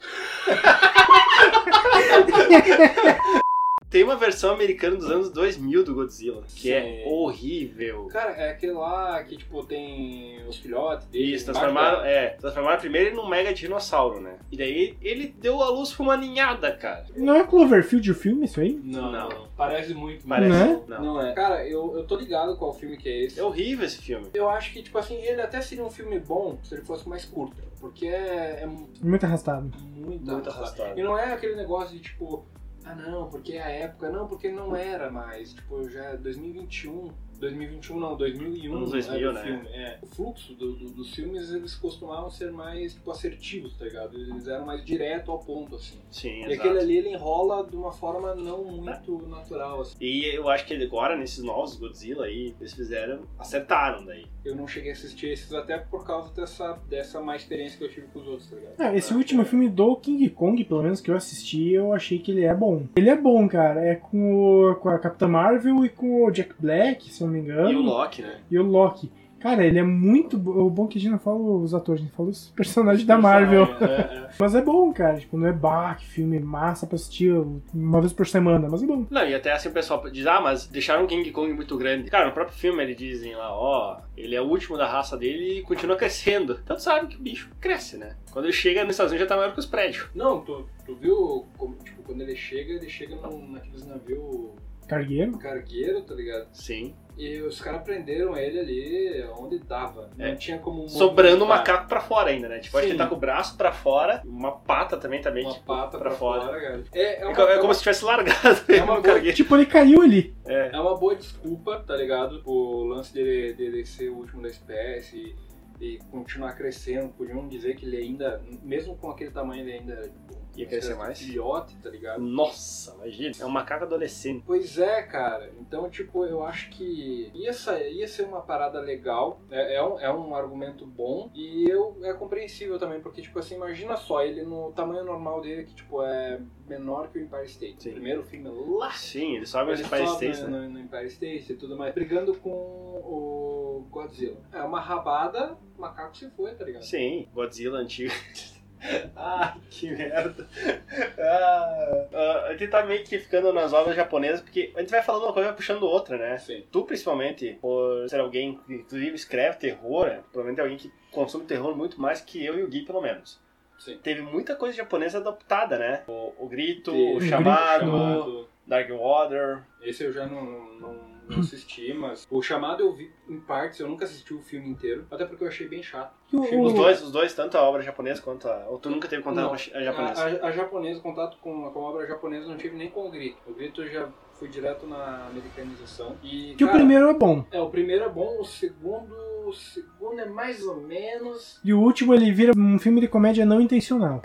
Speaker 1: Tem uma versão americana dos anos 2000 do Godzilla, que é
Speaker 2: Sim.
Speaker 1: horrível.
Speaker 2: Cara, é aquele lá que, tipo, tem os filhotes dele.
Speaker 1: Isso,
Speaker 2: embaixo
Speaker 1: transformaram,
Speaker 2: da-
Speaker 1: é, transformaram primeiro ele num mega dinossauro, né? E daí ele deu a luz pra uma ninhada, cara.
Speaker 3: Não é Cloverfield o filme, isso aí?
Speaker 2: Não,
Speaker 1: Não.
Speaker 2: não, Parece muito.
Speaker 1: Parece.
Speaker 3: Né?
Speaker 1: Não.
Speaker 2: Não é. Cara, eu, eu tô ligado qual filme que é esse.
Speaker 1: É horrível esse filme.
Speaker 2: Eu acho que, tipo assim, ele até seria um filme bom se ele fosse mais curto. Porque é, é muito,
Speaker 3: Muito arrastado.
Speaker 1: Muito
Speaker 2: arrastado.
Speaker 1: arrastado.
Speaker 2: E não é aquele negócio de tipo, ah não, porque é a época, não, porque não era mais, tipo, já é 2021. 2021 não, 2001.
Speaker 1: Anos 2000,
Speaker 2: era o
Speaker 1: né?
Speaker 2: filme, é. O fluxo do- do- dos filmes, eles costumavam ser mais, tipo, assertivos, tá ligado? Eles eram mais direto ao ponto, assim.
Speaker 1: Sim,
Speaker 2: E aquele
Speaker 1: exato.
Speaker 2: ali, ele enrola de uma forma não muito natural, assim.
Speaker 1: E eu acho que agora, nesses novos Godzilla aí, eles fizeram, acertaram daí.
Speaker 2: Eu não cheguei a assistir esses até por causa dessa, dessa má experiência que eu tive com os outros, tá ligado?
Speaker 3: Ah, esse último filme do King Kong, pelo menos que eu assisti, eu achei que ele é bom. Ele é bom, cara. É com, o- com a Capitã Marvel e com o Jack Black, se eu não me engano.
Speaker 1: E o Loki, né?
Speaker 3: e o Loki. Cara, ele é muito bom. O bom é que a gente não fala os atores, a gente fala os personagens da Marvel.
Speaker 2: É, é.
Speaker 3: Mas é bom, cara. Tipo, não é bah, que filme massa pra assistir uma vez por semana, mas é bom.
Speaker 1: Não, e até assim o pessoal diz, ah, mas deixaram o King Kong muito grande. Cara, no próprio filme eles dizem lá, ó, ele é o último da raça dele e continua crescendo. Então tu sabe que o bicho cresce, né? Quando ele chega nos Estados Unidos já tá maior que os prédios.
Speaker 2: Não, tu, tu viu como, tipo, quando ele chega, ele chega num, naqueles navios
Speaker 3: Cargueiro.
Speaker 2: cargueiro, tá ligado?
Speaker 1: Sim.
Speaker 2: E os caras prenderam ele ali onde dava.
Speaker 1: É.
Speaker 2: Não tinha como. um
Speaker 1: Sobrando o
Speaker 2: movimentar.
Speaker 1: macaco pra fora ainda, né? Tipo, acho que
Speaker 2: Sim.
Speaker 1: ele tá com o braço pra fora, uma pata também, também.
Speaker 2: Uma
Speaker 1: tipo,
Speaker 2: pata pra,
Speaker 1: pra
Speaker 2: fora,
Speaker 1: fora.
Speaker 2: cara. É, é,
Speaker 1: É,
Speaker 2: uma,
Speaker 1: co- é como se tivesse largado
Speaker 2: É uma
Speaker 1: o
Speaker 2: boa-
Speaker 1: cargueiro.
Speaker 3: Tipo, ele caiu ali.
Speaker 2: é uma boa desculpa, tá ligado? O lance dele, dele ser o último da espécie e, e continuar crescendo. Podiam dizer que ele ainda, mesmo com aquele tamanho, ele ainda tipo,
Speaker 1: Ia crescer
Speaker 2: um
Speaker 1: mais?
Speaker 2: Filhote, tá ligado?
Speaker 1: Nossa, imagina. É um macaco adolescente.
Speaker 2: Pois é, cara. Então, tipo, eu acho que ia, sa- ia ser uma parada legal. É, é um, é um argumento bom. E eu, é compreensível também, porque, tipo assim, imagina só ele no tamanho normal dele, que, tipo, é menor que o Empire State.
Speaker 1: Sim.
Speaker 2: O primeiro filme lá.
Speaker 1: Sim, ele sobe
Speaker 2: Ele
Speaker 1: os Empire
Speaker 2: sobe
Speaker 1: States,
Speaker 2: no,
Speaker 1: né?
Speaker 2: no Empire State e tudo mais. Brigando com o Godzilla. É uma rabada, o macaco se foi, tá ligado?
Speaker 1: Sim, Godzilla antigo.
Speaker 2: Ah,
Speaker 1: Que merda. Ah, ah, a gente tá meio que ficando nas obras japonesas, porque a gente vai falando uma coisa e vai puxando outra, né?
Speaker 2: sim.
Speaker 1: Tu, principalmente, por ser alguém que inclusive escreve terror, né? provavelmente é alguém que consome terror muito mais que eu e o Gui, pelo menos.
Speaker 2: Sim.
Speaker 1: Teve muita coisa japonesa adaptada, né? O, o grito,
Speaker 2: Teve.
Speaker 1: o
Speaker 2: O
Speaker 1: chamado,
Speaker 2: Chamado.
Speaker 1: Dark Water.
Speaker 2: Esse eu já não, não- não-
Speaker 3: Hum.
Speaker 2: não assisti, mas o chamado eu vi em partes, eu nunca assisti o filme inteiro, até porque eu achei bem chato.
Speaker 3: E o-
Speaker 2: Chegou
Speaker 1: Os dois, os dois, tanto a obra japonesa quanto a. Ou tu nunca teve contato
Speaker 2: Não.
Speaker 1: com a
Speaker 3: é
Speaker 1: chi- a
Speaker 2: A,
Speaker 1: japonesa?
Speaker 2: a, a japonesa, contato com, com a obra japonesa, eu não tive nem com o grito. O grito eu já fui direto na americanização. E,
Speaker 3: Que o
Speaker 2: cara,
Speaker 3: primeiro é bom.
Speaker 2: É, o primeiro é bom, o segundo. O segundo é mais ou menos.
Speaker 3: E o último ele vira um filme de comédia não intencional.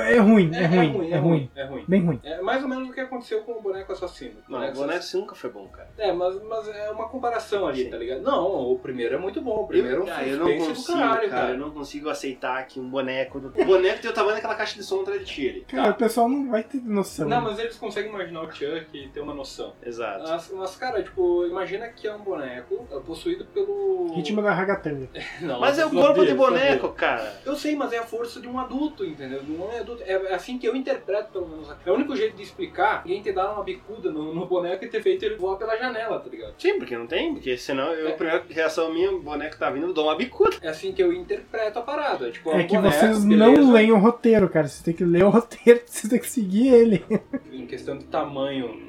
Speaker 3: É, é ruim, é, ruim, é ruim.
Speaker 2: É ruim.
Speaker 3: Bem ruim.
Speaker 2: É mais ou menos o que aconteceu com o boneco assassino.
Speaker 1: Não, o boneco assim nunca foi bom, cara.
Speaker 2: É, mas, mas é uma comparação ali,
Speaker 1: Sim.
Speaker 2: tá ligado? Não, o primeiro é muito bom. O primeiro é um
Speaker 1: ah, eu não
Speaker 2: suspense do
Speaker 1: consigo,
Speaker 2: caralho,
Speaker 1: cara. Eu não consigo aceitar que um boneco. do- O boneco tem o tamanho daquela caixa de som atrás de ti ali.
Speaker 3: Cara, o pessoal não vai ter noção.
Speaker 2: Não, mas eles conseguem imaginar o Chuck e ter uma noção.
Speaker 1: Exato.
Speaker 2: Mas, mas, cara, tipo, imagina que é um boneco é, possuído pelo.
Speaker 3: Ritmo da ragatanga.
Speaker 2: Não,
Speaker 1: Mas é o
Speaker 2: sabia,
Speaker 1: corpo de
Speaker 2: sabia.
Speaker 1: boneco, cara.
Speaker 2: Eu sei, mas é a força de um adulto, entendeu? De um homem adulto. É assim que eu interpreto, pelo menos. É o único jeito de explicar alguém ter dado uma bicuda no, no boneco e ter feito ele voar pela janela, tá ligado?
Speaker 1: Sim, porque não tem, porque senão eu,
Speaker 2: É.
Speaker 1: a primeira reação minha, o boneco tá vindo, eu dou uma bicuda.
Speaker 2: É assim que eu interpreto a parada. Tipo,
Speaker 3: É
Speaker 2: um
Speaker 3: que
Speaker 2: boneco, é
Speaker 3: vocês
Speaker 2: beleza,
Speaker 3: não leem o roteiro, cara. Vocês têm que ler o roteiro, vocês têm que seguir ele.
Speaker 2: Em questão de tamanho.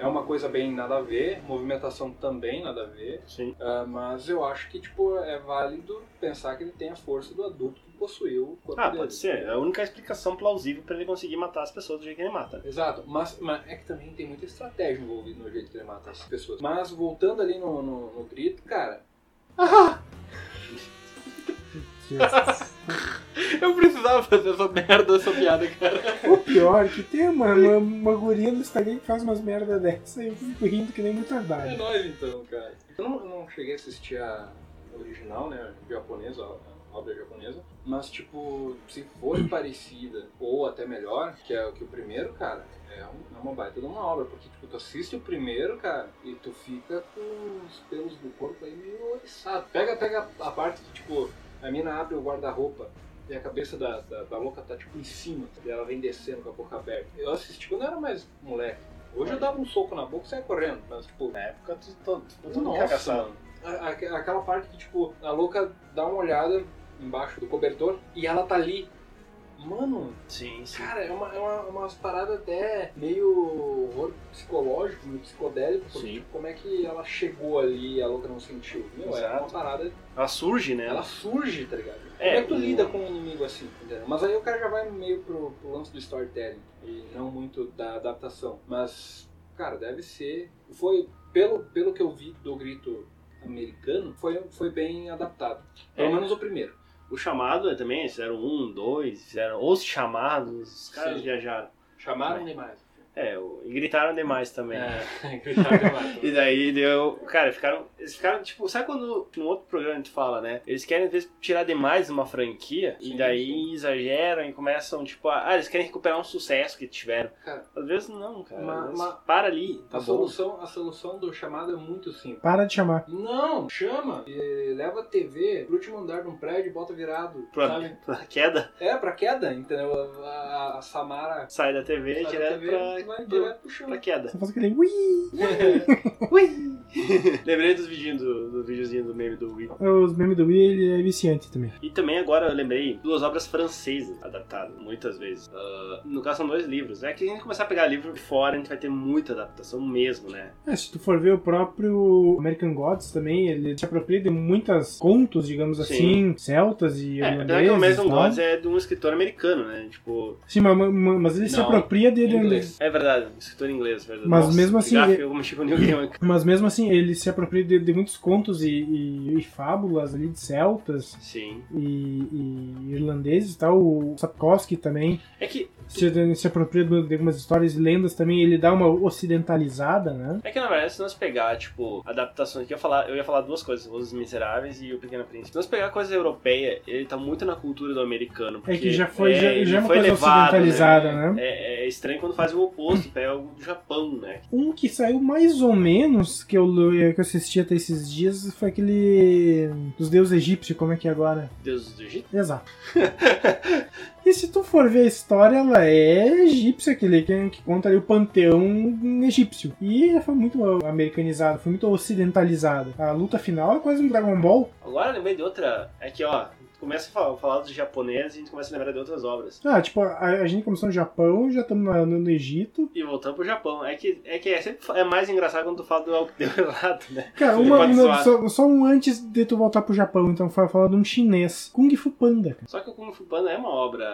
Speaker 2: É uma coisa bem nada a ver, movimentação também nada a ver,
Speaker 1: Sim.
Speaker 2: ah, mas eu acho que tipo é válido pensar que ele tem a força do adulto que possuiu o corpo
Speaker 1: Ah,
Speaker 2: dele.
Speaker 1: pode ser. É a única explicação plausível pra ele conseguir matar as pessoas do jeito que ele mata.
Speaker 2: Exato, mas, mas é que também tem muita estratégia envolvida no jeito que ele mata as pessoas. Mas voltando ali no, no, no grito, cara,
Speaker 1: Eu precisava fazer essa merda, essa piada, cara.
Speaker 3: o pior é que tem uma, uma, uma guria no Instagram que faz umas merda dessa e eu fico rindo que nem um muito
Speaker 2: é
Speaker 3: verdade.
Speaker 2: nóis então, cara. Eu não, eu não cheguei a assistir a original, né, japonesa, a obra japonesa, mas tipo, se for parecida ou até melhor, que é o que o primeiro, cara, é, um- é uma baita de uma obra, porque tipo, tu assiste o primeiro, cara, e tu fica com os pelos do corpo aí meio oriçado. Pega, pega a parte que tipo, a mina abre o guarda-roupa e a cabeça da, da, da louca tá tipo em cima, e ela vem descendo com a boca aberta. Eu assisti quando eu era mais moleque. Hoje eu dava um soco na boca e saia correndo, mas tipo,
Speaker 1: Na época eu tô, tô, tô
Speaker 2: Nossa,
Speaker 1: cagaçado.
Speaker 2: a- aque- aquela parte que, tipo, a louca dá uma olhada embaixo do cobertor e ela tá ali. Mano,
Speaker 1: Sim, sim.
Speaker 2: cara, é uma, é uma, umas paradas até meio horror psicológico, meio psicodélico, porque
Speaker 1: Sim.
Speaker 2: tipo, como é que ela chegou ali e a louca não sentiu? Meu, é uma
Speaker 1: Exato.
Speaker 2: parada,
Speaker 1: Ela surge, né?
Speaker 2: ela surge, tá ligado?
Speaker 1: É,
Speaker 2: como é que tu
Speaker 1: o-
Speaker 2: lida com um inimigo assim, entendeu? Mas aí o cara já vai meio pro, pro lance do storytelling e não muito da adaptação. Mas, cara, deve ser. Foi, pelo, pelo que eu vi do grito americano, foi, foi bem adaptado. Pelo
Speaker 1: É.
Speaker 2: menos o primeiro.
Speaker 1: O chamado é também, fizeram um, dois, fizeram os chamados, os caras
Speaker 2: Sim.
Speaker 1: viajaram.
Speaker 2: Chamaram demais.
Speaker 1: É, o- e gritaram demais também.
Speaker 2: É, gritaram demais.
Speaker 1: E daí deu. Cara, ficaram. Eles ficaram, tipo, sabe quando num outro programa a gente fala, né? Eles querem, às vezes, tirar demais uma franquia e
Speaker 2: Sim,
Speaker 1: daí
Speaker 2: sim.
Speaker 1: exageram e começam, tipo, a- ah, eles querem recuperar um sucesso que tiveram.
Speaker 2: Cara.
Speaker 1: às vezes não, cara.
Speaker 2: Ma-
Speaker 1: Mas,
Speaker 2: ma-
Speaker 1: Para ali, tá
Speaker 2: a,
Speaker 1: bom.
Speaker 2: solução, a solução do chamado é muito simples.
Speaker 3: Para de chamar.
Speaker 2: Não, chama e leva a TV pro último andar de um prédio e bota virado,
Speaker 1: Pra,
Speaker 2: sabe?
Speaker 1: pra queda,
Speaker 2: É, pra queda, entendeu? A, a- a Samara
Speaker 1: sai da TV
Speaker 2: sai da
Speaker 1: direto
Speaker 2: TV,
Speaker 1: pra,
Speaker 2: vai
Speaker 1: pro-
Speaker 2: direto pro chão.
Speaker 1: pra queda.
Speaker 3: Só faz aquele ui!
Speaker 1: Lembrei dos vidinhos do, do videozinho do meme do Wii.
Speaker 3: é Os memes do Willy é viciante também.
Speaker 1: E também agora eu lembrei duas obras francesas adaptadas, muitas vezes. Ah, no caso são dois livros. É que a gente começar a pegar livro de fora, a gente vai ter muita adaptação mesmo, né?
Speaker 3: É, se tu for ver o próprio American Gods também, ele se apropria de muitos contos, digamos
Speaker 1: Sim.
Speaker 3: assim, celtas e
Speaker 1: É, apesar que
Speaker 3: irlandeses.
Speaker 1: o Mason
Speaker 3: tal.
Speaker 1: Gods é de um escritor americano, né? Tipo,
Speaker 3: Sim, mas, mas- mas ele se
Speaker 2: Não,
Speaker 3: apropria de...
Speaker 2: Em inglês.
Speaker 1: é verdade, um escritor inglês, é verdade.
Speaker 3: Mas mesmo assim,
Speaker 1: Gafe,
Speaker 3: ele-
Speaker 1: eu mexi com o tipo Neil Gaiman.
Speaker 3: Mas mesmo assim, ele se apropria de, de muitos contos e, e- e fábulas ali de celtas
Speaker 1: Sim.
Speaker 3: e, e irlandeses e tal. O Sapkowski também
Speaker 1: É que,
Speaker 3: se, se apropria de de algumas histórias e lendas também. Ele dá uma ocidentalizada, né?
Speaker 1: é que na verdade, se nós pegar, tipo, adaptações, que eu ia falar, eu ia falar duas coisas, Os Miseráveis e O Pequeno Príncipe. Se nós pegar coisa europeia, ele tá muito na cultura do americano.
Speaker 3: É
Speaker 1: porque
Speaker 3: que já foi, já,
Speaker 1: ele
Speaker 3: já é uma
Speaker 1: foi
Speaker 3: coisa
Speaker 1: levado, né?
Speaker 3: ocidentalizada, né?
Speaker 1: É, é estranho quando faz o oposto, pega algo do Japão, né?
Speaker 3: Um que saiu mais ou menos, que eu, eh, que eu assisti até esses dias, foi aquele dos deuses egípcios, como é que é agora?
Speaker 1: Deuses do Egito.
Speaker 3: Exato. e se tu for ver a história, ela é egípcia, aquele que, que conta ali o panteão egípcio. E ela foi muito americanizada, foi muito ocidentalizada. A luta final é quase um Dragon Ball.
Speaker 1: Agora eu lembrei de outra. É que, ó, começa a falar, falar dos japoneses e a gente começa a lembrar de outras obras.
Speaker 3: Ah, tipo, a, a gente começou no Japão, já estamos na- no, no Egito.
Speaker 1: E voltando pro Japão. É que é, que é sempre é mais engraçado quando tu fala do algo que deu errado, né?
Speaker 3: Cara,
Speaker 1: Sim,
Speaker 3: uma,
Speaker 1: pode
Speaker 3: uma-
Speaker 1: zoar.
Speaker 3: só, só um antes de tu voltar pro Japão, então, foi falar de um chinês. Kung Fu Panda, cara.
Speaker 1: Só que o Kung Fu Panda é uma obra.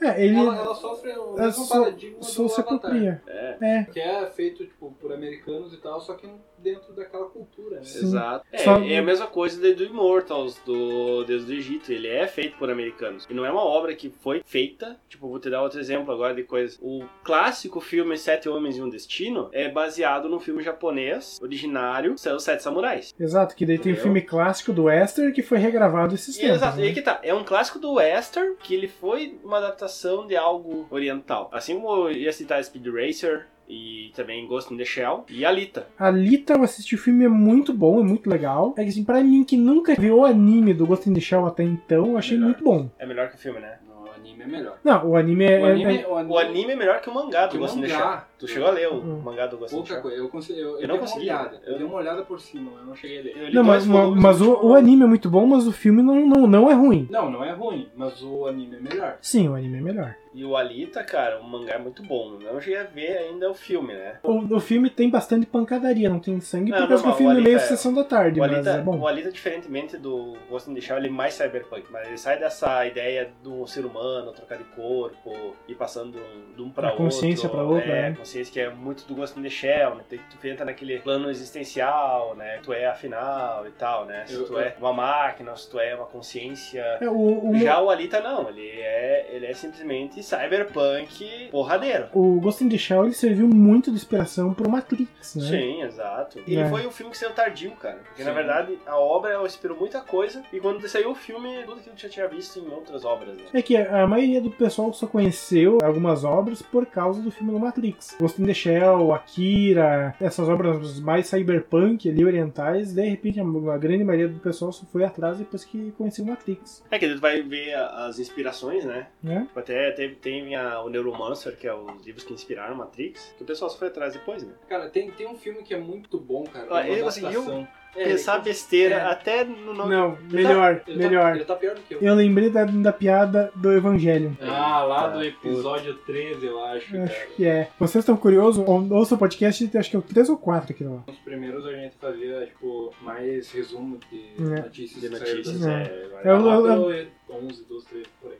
Speaker 3: É, ele...
Speaker 2: Ela, ela sofre o
Speaker 3: É,
Speaker 2: mesmo
Speaker 3: só-
Speaker 2: paradigma
Speaker 3: Só
Speaker 2: do
Speaker 3: se
Speaker 2: Avatar,
Speaker 3: apropria.
Speaker 1: É,
Speaker 3: É.
Speaker 2: que é feito tipo, por americanos e tal, só que dentro daquela cultura, né?
Speaker 3: Sim.
Speaker 1: exato. É,
Speaker 3: Só-
Speaker 1: é a mesma coisa de- do Immortals, do Deus do Egito. Ele é feito por americanos. E não é uma obra que foi feita. Tipo, vou te dar outro exemplo agora de coisa. O clássico filme Sete Homens e um Destino é baseado num filme japonês originário, que é Os Sete Samurais.
Speaker 3: Exato, que daí tem o
Speaker 1: Entendeu?
Speaker 3: filme clássico do Western que foi regravado esses
Speaker 1: E,
Speaker 3: tempos.
Speaker 1: exato,
Speaker 3: né?
Speaker 1: aí que tá. É um clássico do Western que ele foi uma adaptação de algo oriental. Assim como eu ia citar Speed Racer e também Ghost in the Shell e Alita.
Speaker 3: Alita, eu assisti o filme, é muito bom, é muito legal. É que assim, pra mim que nunca viu o anime do Ghost in the Shell até então, eu achei
Speaker 1: Melhor.
Speaker 3: muito bom.
Speaker 1: É melhor que o filme, né?
Speaker 2: Não, o anime é melhor.
Speaker 3: Não, o anime é.
Speaker 2: O anime,
Speaker 3: é-
Speaker 2: o anime,
Speaker 1: O anime é melhor que o mangá do
Speaker 2: Que
Speaker 1: Ghost in the
Speaker 2: mangá.
Speaker 1: Shell. Tu chegou a ler o
Speaker 3: Hum.
Speaker 1: mangá do Ghost in the
Speaker 2: pouca
Speaker 1: Shell?
Speaker 2: coisa. Eu, consegui, eu, eu,
Speaker 1: não
Speaker 2: dei uma
Speaker 1: consegui,
Speaker 2: olhada.
Speaker 1: eu-
Speaker 2: Eu dei uma olhada por cima, mas eu não cheguei a ler.
Speaker 1: Eu li
Speaker 3: Não, mas,
Speaker 1: dois
Speaker 3: ma-
Speaker 1: volumes,
Speaker 3: mas o,
Speaker 1: tipo,
Speaker 3: o anime é muito bom, mas o filme não, não, não é ruim.
Speaker 2: Não, não é ruim, mas o anime é melhor.
Speaker 3: Sim, o anime é melhor.
Speaker 1: E o Alita, cara, o mangá é muito bom. Não cheguei a ver ainda o filme, né?
Speaker 3: O, o filme tem bastante pancadaria, não tem sangue,
Speaker 1: Não,
Speaker 3: por causa que
Speaker 1: normal,
Speaker 3: o
Speaker 1: o
Speaker 3: filme é meio
Speaker 1: Alita é-
Speaker 3: sessão da tarde,
Speaker 1: O
Speaker 3: mas é
Speaker 1: Alita,
Speaker 3: bom.
Speaker 1: o Alita, diferentemente do Ghost in the Shell, ele é mais cyberpunk, mas ele sai dessa ideia do ser humano trocar de corpo e passando de um- de um pra
Speaker 3: Da
Speaker 1: outro.
Speaker 3: consciência pra outra,
Speaker 1: É,
Speaker 3: né?
Speaker 1: consciência que é muito do Ghost in the Shell, né? Tu- Tu entra naquele plano existencial, né? Tu é afinal e tal, né? Se
Speaker 2: Eu-
Speaker 1: tu é uma máquina, se tu é uma consciência.
Speaker 3: É, o, o-
Speaker 1: Já o Alita não, ele é, ele é simplesmente cyberpunk porradeiro.
Speaker 3: o Ghost in the Shell ele serviu muito de inspiração pro Matrix, né?
Speaker 1: Sim, exato. E
Speaker 3: É.
Speaker 1: foi um filme que saiu tardio, cara. Porque, na
Speaker 2: Sim.
Speaker 1: verdade, a obra ela inspirou muita coisa. E quando saiu o filme, tudo aquilo que eu já tinha visto em outras obras, né?
Speaker 3: É que a maioria do pessoal só conheceu algumas obras por causa do filme do Matrix. Ghost in the Shell, Akira, essas obras mais cyberpunk ali, orientais, de repente a, a grande maioria do pessoal só foi atrás depois que conheceu o Matrix,
Speaker 1: É que a gente vai ver a- as inspirações, né?
Speaker 3: né?
Speaker 1: Tipo, Até teve, tem a- o Neuromancer, que é os livros que inspiraram Matrix, que o pessoal só foi atrás depois, né?
Speaker 2: Cara, tem, tem um filme que é muito bom,
Speaker 1: Ah,
Speaker 2: cara. que é uma
Speaker 1: ele conseguiu
Speaker 2: adaptação. É, ele-
Speaker 1: Pensar besteira
Speaker 2: é.
Speaker 1: até no nome.
Speaker 3: Não, melhor,
Speaker 2: ele tá-
Speaker 3: melhor.
Speaker 2: ele tá pior do que eu.
Speaker 3: Eu lembrei da, da piada do Evangelho.
Speaker 2: Ah, lá
Speaker 1: Tá,
Speaker 2: do episódio 13, eu acho,
Speaker 3: Eu
Speaker 2: cara.
Speaker 3: Acho que é. Vocês estão curiosos? Ou- Ouça o podcast, acho que é o 3 ou 4 aqui lá.
Speaker 2: Nos primeiros a gente fazia, tipo, mais resumo de
Speaker 3: É.
Speaker 2: notícias.
Speaker 1: De
Speaker 2: que saíram
Speaker 1: notícias,
Speaker 2: da-
Speaker 3: É.
Speaker 1: é. vai
Speaker 3: Eu-
Speaker 1: lá.
Speaker 2: Lá
Speaker 3: eu-
Speaker 2: pelo 11, 12, 13, por aí.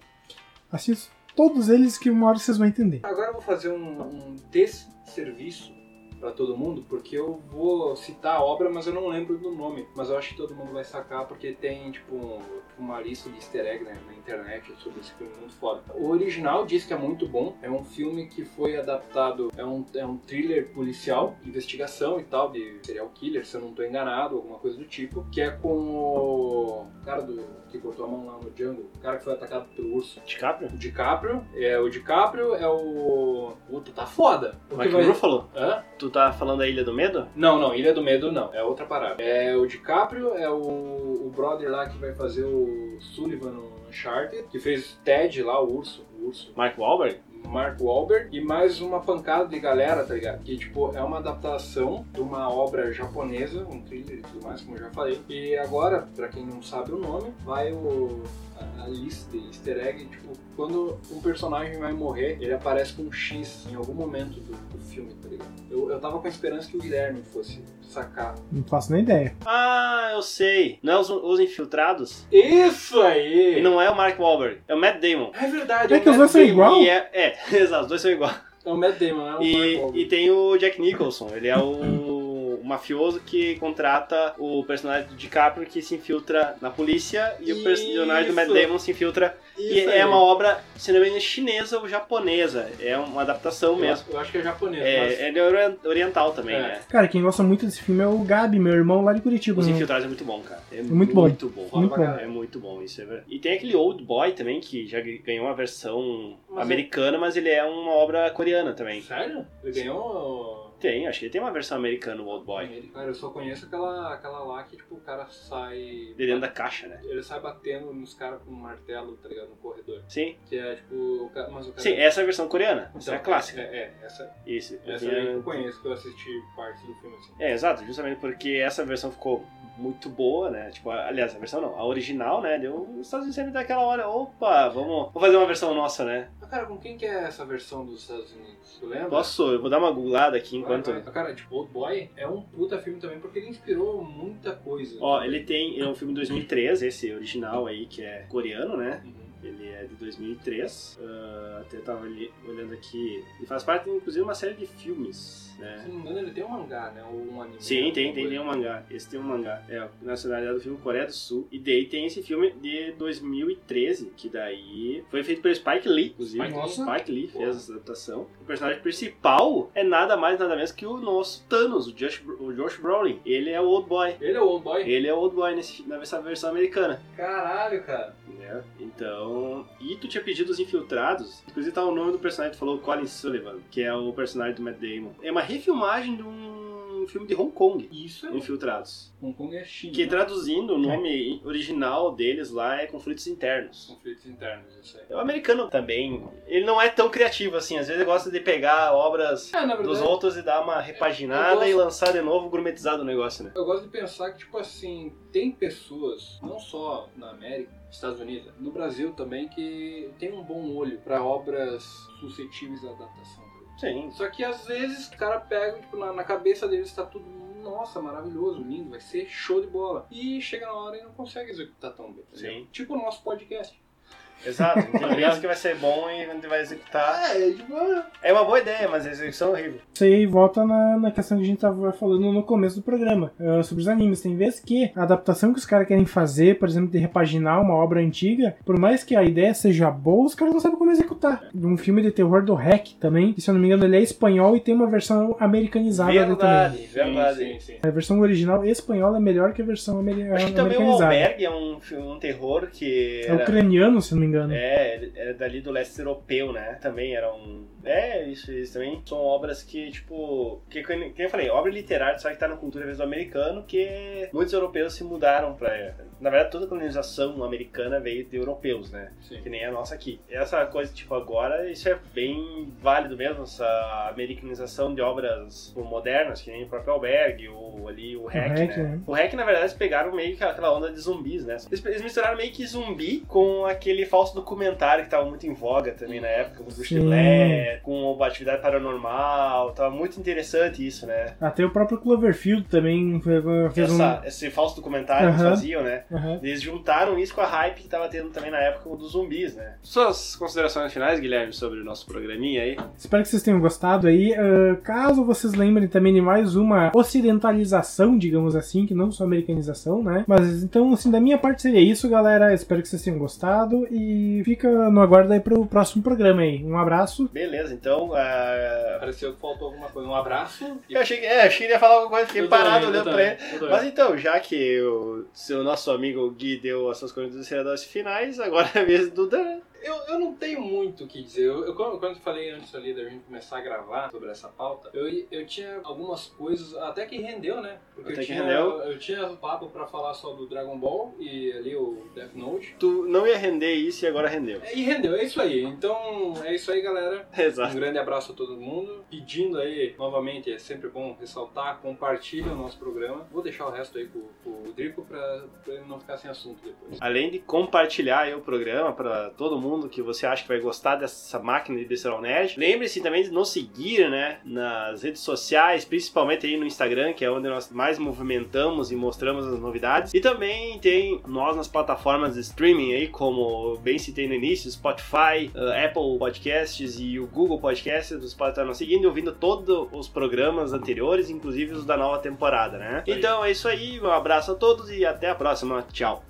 Speaker 3: Assisto todos eles que uma hora vocês vão entender.
Speaker 2: Agora eu vou fazer um, um desserviço pra todo mundo, porque eu vou citar a obra, mas eu não lembro do nome. Mas eu acho que todo mundo vai sacar, porque tem, tipo, um- uma lista de easter egg né, na internet sobre esse filme muito foda. O original diz que é muito bom. É um filme que foi adaptado, é um, é um thriller policial, investigação e tal, de serial killer, se eu não tô enganado, alguma coisa do tipo. Que é com o cara do, que cortou a mão lá no Django, o cara que foi atacado pelo urso.
Speaker 1: DiCaprio?
Speaker 2: O DiCaprio, é o DiCaprio é o. Puta, tá foda. O que
Speaker 1: Mike
Speaker 2: vai-
Speaker 1: Ruffalo?
Speaker 2: Hã?
Speaker 1: Tu tá falando da Ilha do Medo?
Speaker 2: Não, não, Ilha do Medo não, é outra parada. É o DiCaprio, é o, o brother lá que vai fazer o Sullivan no Uncharted, que fez Ted lá, o urso, o urso.
Speaker 1: Mark Wahlberg?
Speaker 2: Mark Wahlberg e mais uma pancada de galera, tá ligado? Que, tipo, é uma adaptação de uma obra japonesa, um thriller e tudo mais, como eu já falei. E agora, pra quem não sabe o nome, vai o... a- a lista de easter egg, tipo, quando um personagem vai morrer, ele aparece com um X em algum momento do, do filme, tá ligado? Eu, eu tava com a esperança que o Guilherme fosse sacar.
Speaker 3: Não faço nem ideia.
Speaker 1: Ah, eu sei. Não é os, os infiltrados?
Speaker 2: Isso aí!
Speaker 1: E não é o Mark Wahlberg, é o Matt Damon.
Speaker 2: É verdade,
Speaker 3: É
Speaker 2: o
Speaker 3: que os
Speaker 2: Matt
Speaker 3: dois são
Speaker 2: Damon.
Speaker 3: igual?
Speaker 1: E é, é, exato, os dois são iguais.
Speaker 2: É o Matt Damon, é o Mark Wahlberg.
Speaker 1: E, e tem o Jack Nicholson, ele é o, o mafioso que contrata o personagem do DiCaprio que se infiltra na polícia e o personagem do Matt
Speaker 2: Isso.
Speaker 1: Damon se infiltra.
Speaker 2: Isso
Speaker 1: e
Speaker 2: aí.
Speaker 1: é uma obra, se não me engano, chinesa ou japonesa. É uma adaptação
Speaker 2: Eu-
Speaker 1: mesmo.
Speaker 2: Eu acho que é japonês, mas-
Speaker 1: É, ele é orien- oriental também,
Speaker 2: É.
Speaker 1: né?
Speaker 3: Cara, quem gosta muito desse filme é o Gabi, meu irmão lá de Curitiba.
Speaker 1: Os
Speaker 3: né?
Speaker 1: infiltrados é muito bom, cara. É
Speaker 3: muito bom.
Speaker 1: Muito bom.
Speaker 3: Muito bom.
Speaker 1: É muito bom, isso é verdade. E tem aquele Old Boy também, que já ganhou uma versão
Speaker 2: Mas é-
Speaker 1: americana, mas ele é uma obra coreana também.
Speaker 2: Sério? Ele ganhou.
Speaker 1: Tem, acho que ele tem uma versão americana, o Old Boy.
Speaker 2: Ele- Cara, eu só conheço aquela, aquela lá que, tipo, o cara sai.
Speaker 1: De dentro da caixa, né?
Speaker 2: Ele sai batendo nos caras com um martelo, tá ligado? No corredor.
Speaker 1: Sim,
Speaker 2: Que é tipo. o ca- Mas o cara.
Speaker 1: sim, essa é a versão coreana.
Speaker 2: Então,
Speaker 1: Essa é a clássica.
Speaker 2: É, é, essa,
Speaker 1: Isso.
Speaker 2: essa
Speaker 1: Porque-
Speaker 2: daí eu conheço, que eu assisti parte do filme assim.
Speaker 1: É, exato, justamente porque essa versão ficou muito boa, né? Tipo, a- aliás, a versão não, a original, né? Deu os Estados Unidos sempre daquela hora, opa, vamos, vamos fazer uma versão nossa, né?
Speaker 2: Mas, cara, com quem que é essa versão dos Estados Unidos? Tu lembra?
Speaker 1: Posso, eu vou dar uma googlada aqui
Speaker 2: Vai,
Speaker 1: enquanto.
Speaker 2: vai. Cara, tipo, Old Boy é um puta filme também, porque ele inspirou muita coisa.
Speaker 1: Ó, ele tem, é um filme de 2003, esse original aí, que é coreano, né?
Speaker 2: Uhum.
Speaker 1: Ele é de 2003. Ah, até eu tava ali, olhando aqui. Ele faz parte, inclusive, de uma série de filmes,
Speaker 2: Se
Speaker 1: né?
Speaker 2: não me engano, ele tem um mangá, né? Ou um anime.
Speaker 1: Sim,
Speaker 2: alguma
Speaker 1: tem, tem,
Speaker 2: coisa.
Speaker 1: tem um mangá. Esse tem um mangá. É, a nacionalidade do filme Coreia do Sul. E daí tem esse filme de 2013, que daí foi feito pelo Spike Lee, inclusive.
Speaker 2: Spike Lee.
Speaker 1: Spike Lee
Speaker 2: Porra.
Speaker 1: fez essa adaptação. O personagem principal é nada mais, nada menos que o nosso Thanos, o Josh, o Josh Brolin. Ele é o Old Boy.
Speaker 2: Ele é o Old Boy?
Speaker 1: Ele é o Old Boy nesse, nessa versão americana.
Speaker 2: Caralho, cara.
Speaker 1: né? Então, e tu tinha pedido os infiltrados, inclusive tá o nome do personagem, tu falou Colin Sullivan, que é o personagem do Matt Damon. É uma refilmagem de um filme de Hong Kong,
Speaker 2: Isso é
Speaker 1: Infiltrados.
Speaker 2: Hong Kong é China.
Speaker 1: Que
Speaker 2: né?
Speaker 1: traduzindo, o nome original deles lá é Conflitos Internos. É
Speaker 2: Conflitos internos, isso aí.
Speaker 1: O americano também, ele não é tão criativo assim, às vezes ele gosta de pegar obras
Speaker 2: É, na
Speaker 1: dos
Speaker 2: verdade,
Speaker 1: outros e dar uma
Speaker 2: Eu
Speaker 1: repaginada
Speaker 2: gosto-
Speaker 1: e lançar de novo, gourmetizar o negócio, né?
Speaker 2: eu gosto de pensar que, tipo assim, tem pessoas, não só na América, Estados Unidos, no Brasil também, que tem um bom olho pra obras suscetíveis à adaptação. tá ligado?
Speaker 1: Sim,
Speaker 2: Só que às vezes o cara pega, tipo, na, na cabeça deles tá tudo, nossa, maravilhoso, lindo, vai ser show de bola. E chega na hora e não consegue executar tão bem. tá ligado?
Speaker 1: Sim.
Speaker 2: Tipo o nosso podcast.
Speaker 1: exato.
Speaker 2: Tá
Speaker 1: Tem criança que vai ser bom e quando vai executar.
Speaker 2: é, tipo, ah,
Speaker 1: É uma boa ideia, mas a execução é horrível.
Speaker 3: Isso aí volta na, na questão que a gente tava falando no começo do programa, ah, sobre os animes. Tem vezes que a adaptação que os caras querem fazer, por exemplo, de repaginar uma obra antiga, por mais que a ideia seja boa, os caras não sabem como executar. Um filme de terror do Hack também, que se eu não me engano ele é espanhol e tem uma versão americanizada dele também.
Speaker 1: Verdade, verdade.
Speaker 2: Sim, sim, sim.
Speaker 3: A versão original espanhola é melhor que a versão ameri-
Speaker 1: Acho que também o
Speaker 3: americanizada.
Speaker 1: Albergue é um, filme- um terror que
Speaker 3: É
Speaker 1: era,
Speaker 3: ucraniano, se eu não me engano.
Speaker 1: é, ele era dali do leste europeu, né? Também era um... É, isso, isso também são obras que, tipo... Que, que nem eu falei, obra literária, só que tá na cultura mesmo americano, que muitos europeus se mudaram pra... Na verdade, toda a colonização americana veio de europeus, né?
Speaker 2: sim.
Speaker 1: que nem a nossa aqui. Essa coisa, tipo, agora, isso é bem válido mesmo, essa americanização de obras tipo, modernas, que nem o próprio Alberg, ou ali o Hack,
Speaker 3: Hack,
Speaker 1: né?
Speaker 3: né?
Speaker 1: O Hack, na verdade, eles pegaram meio que aquela onda de zumbis, né? Eles, eles misturaram meio que zumbi com aquele falso documentário que tava muito em voga também na época, com o
Speaker 3: Sim.
Speaker 1: Chulé, com a atividade paranormal, tava muito interessante isso, né?
Speaker 3: Até o próprio Cloverfield também fez fez um...
Speaker 1: Essa- esse falso documentário que eles
Speaker 3: Aham.
Speaker 1: faziam, né?
Speaker 3: Aham.
Speaker 1: Eles juntaram isso com a hype que tava tendo também na época dos zumbis, né? Suas considerações finais, Guilherme, sobre o nosso programinha aí?
Speaker 3: Espero que vocês tenham gostado aí. Ah, caso vocês lembrem também de mais uma ocidentalização, digamos assim, que não só americanização, né? Mas então, assim, da minha parte seria isso, galera. Espero que vocês tenham gostado e fica no aguardo aí pro próximo programa aí. Um abraço.
Speaker 1: Beleza, então. ah,
Speaker 2: Pareceu que faltou alguma coisa. Um abraço.
Speaker 1: Eu achei, que- é, achei que ele ia falar alguma coisa, fiquei
Speaker 2: Eu
Speaker 1: parado
Speaker 2: também,
Speaker 1: olhando
Speaker 2: eu
Speaker 1: pra ele.
Speaker 2: também, eu também.
Speaker 1: Mas então, já que o seu nosso amigo Gui deu as suas considerações finais, agora é a vez do Dan.
Speaker 2: Eu, eu não tenho muito o que dizer. Eu, eu- quando, quando eu falei antes ali da gente começar a gravar sobre essa pauta, eu, eu tinha algumas coisas, até que rendeu, né? Porque
Speaker 1: Até
Speaker 2: eu,
Speaker 1: que
Speaker 2: tinha,
Speaker 1: rendeu.
Speaker 2: eu tinha papo pra falar só do Dragon Ball e ali o Death Note.
Speaker 1: Tu não ia render isso e agora rendeu.
Speaker 2: E rendeu, é isso aí. Então é isso aí, galera. Um
Speaker 1: Exato.
Speaker 2: grande abraço a todo mundo. Pedindo aí, novamente, é sempre bom ressaltar, compartilha o nosso programa. Vou deixar o resto aí pro, pro Drico pra, pra ele não ficar sem assunto depois.
Speaker 1: Além de compartilhar aí o programa pra todo mundo que você acha que vai gostar dessa máquina de Bestial Nerd, lembre-se também de nos seguir, né, nas redes sociais, principalmente aí no Instagram, que é onde nós mais movimentamos e mostramos as novidades. E também tem nós nas plataformas de streaming aí, como bem citei no início, Spotify, eh, Apple Podcasts e o Google Podcasts. Você pode estar nos seguindo e ouvindo todos os programas anteriores, inclusive os da nova temporada, né?
Speaker 2: Isso aí.
Speaker 1: Então é isso aí, um abraço a todos e até a próxima. Tchau!